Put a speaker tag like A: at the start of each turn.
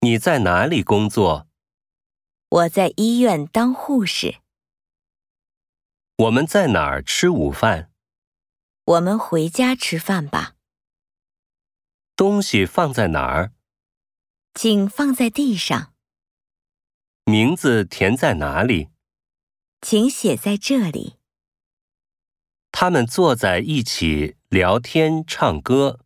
A: 你在哪里工作？
B: 我在医院当护士。
A: 我们在哪儿吃午饭？
B: 我们回家吃饭吧，
A: 东西放在哪儿？
B: 请放在地上，
A: 名字填在哪里？
B: 请写在这里。
A: 他们坐在一起聊天、唱歌。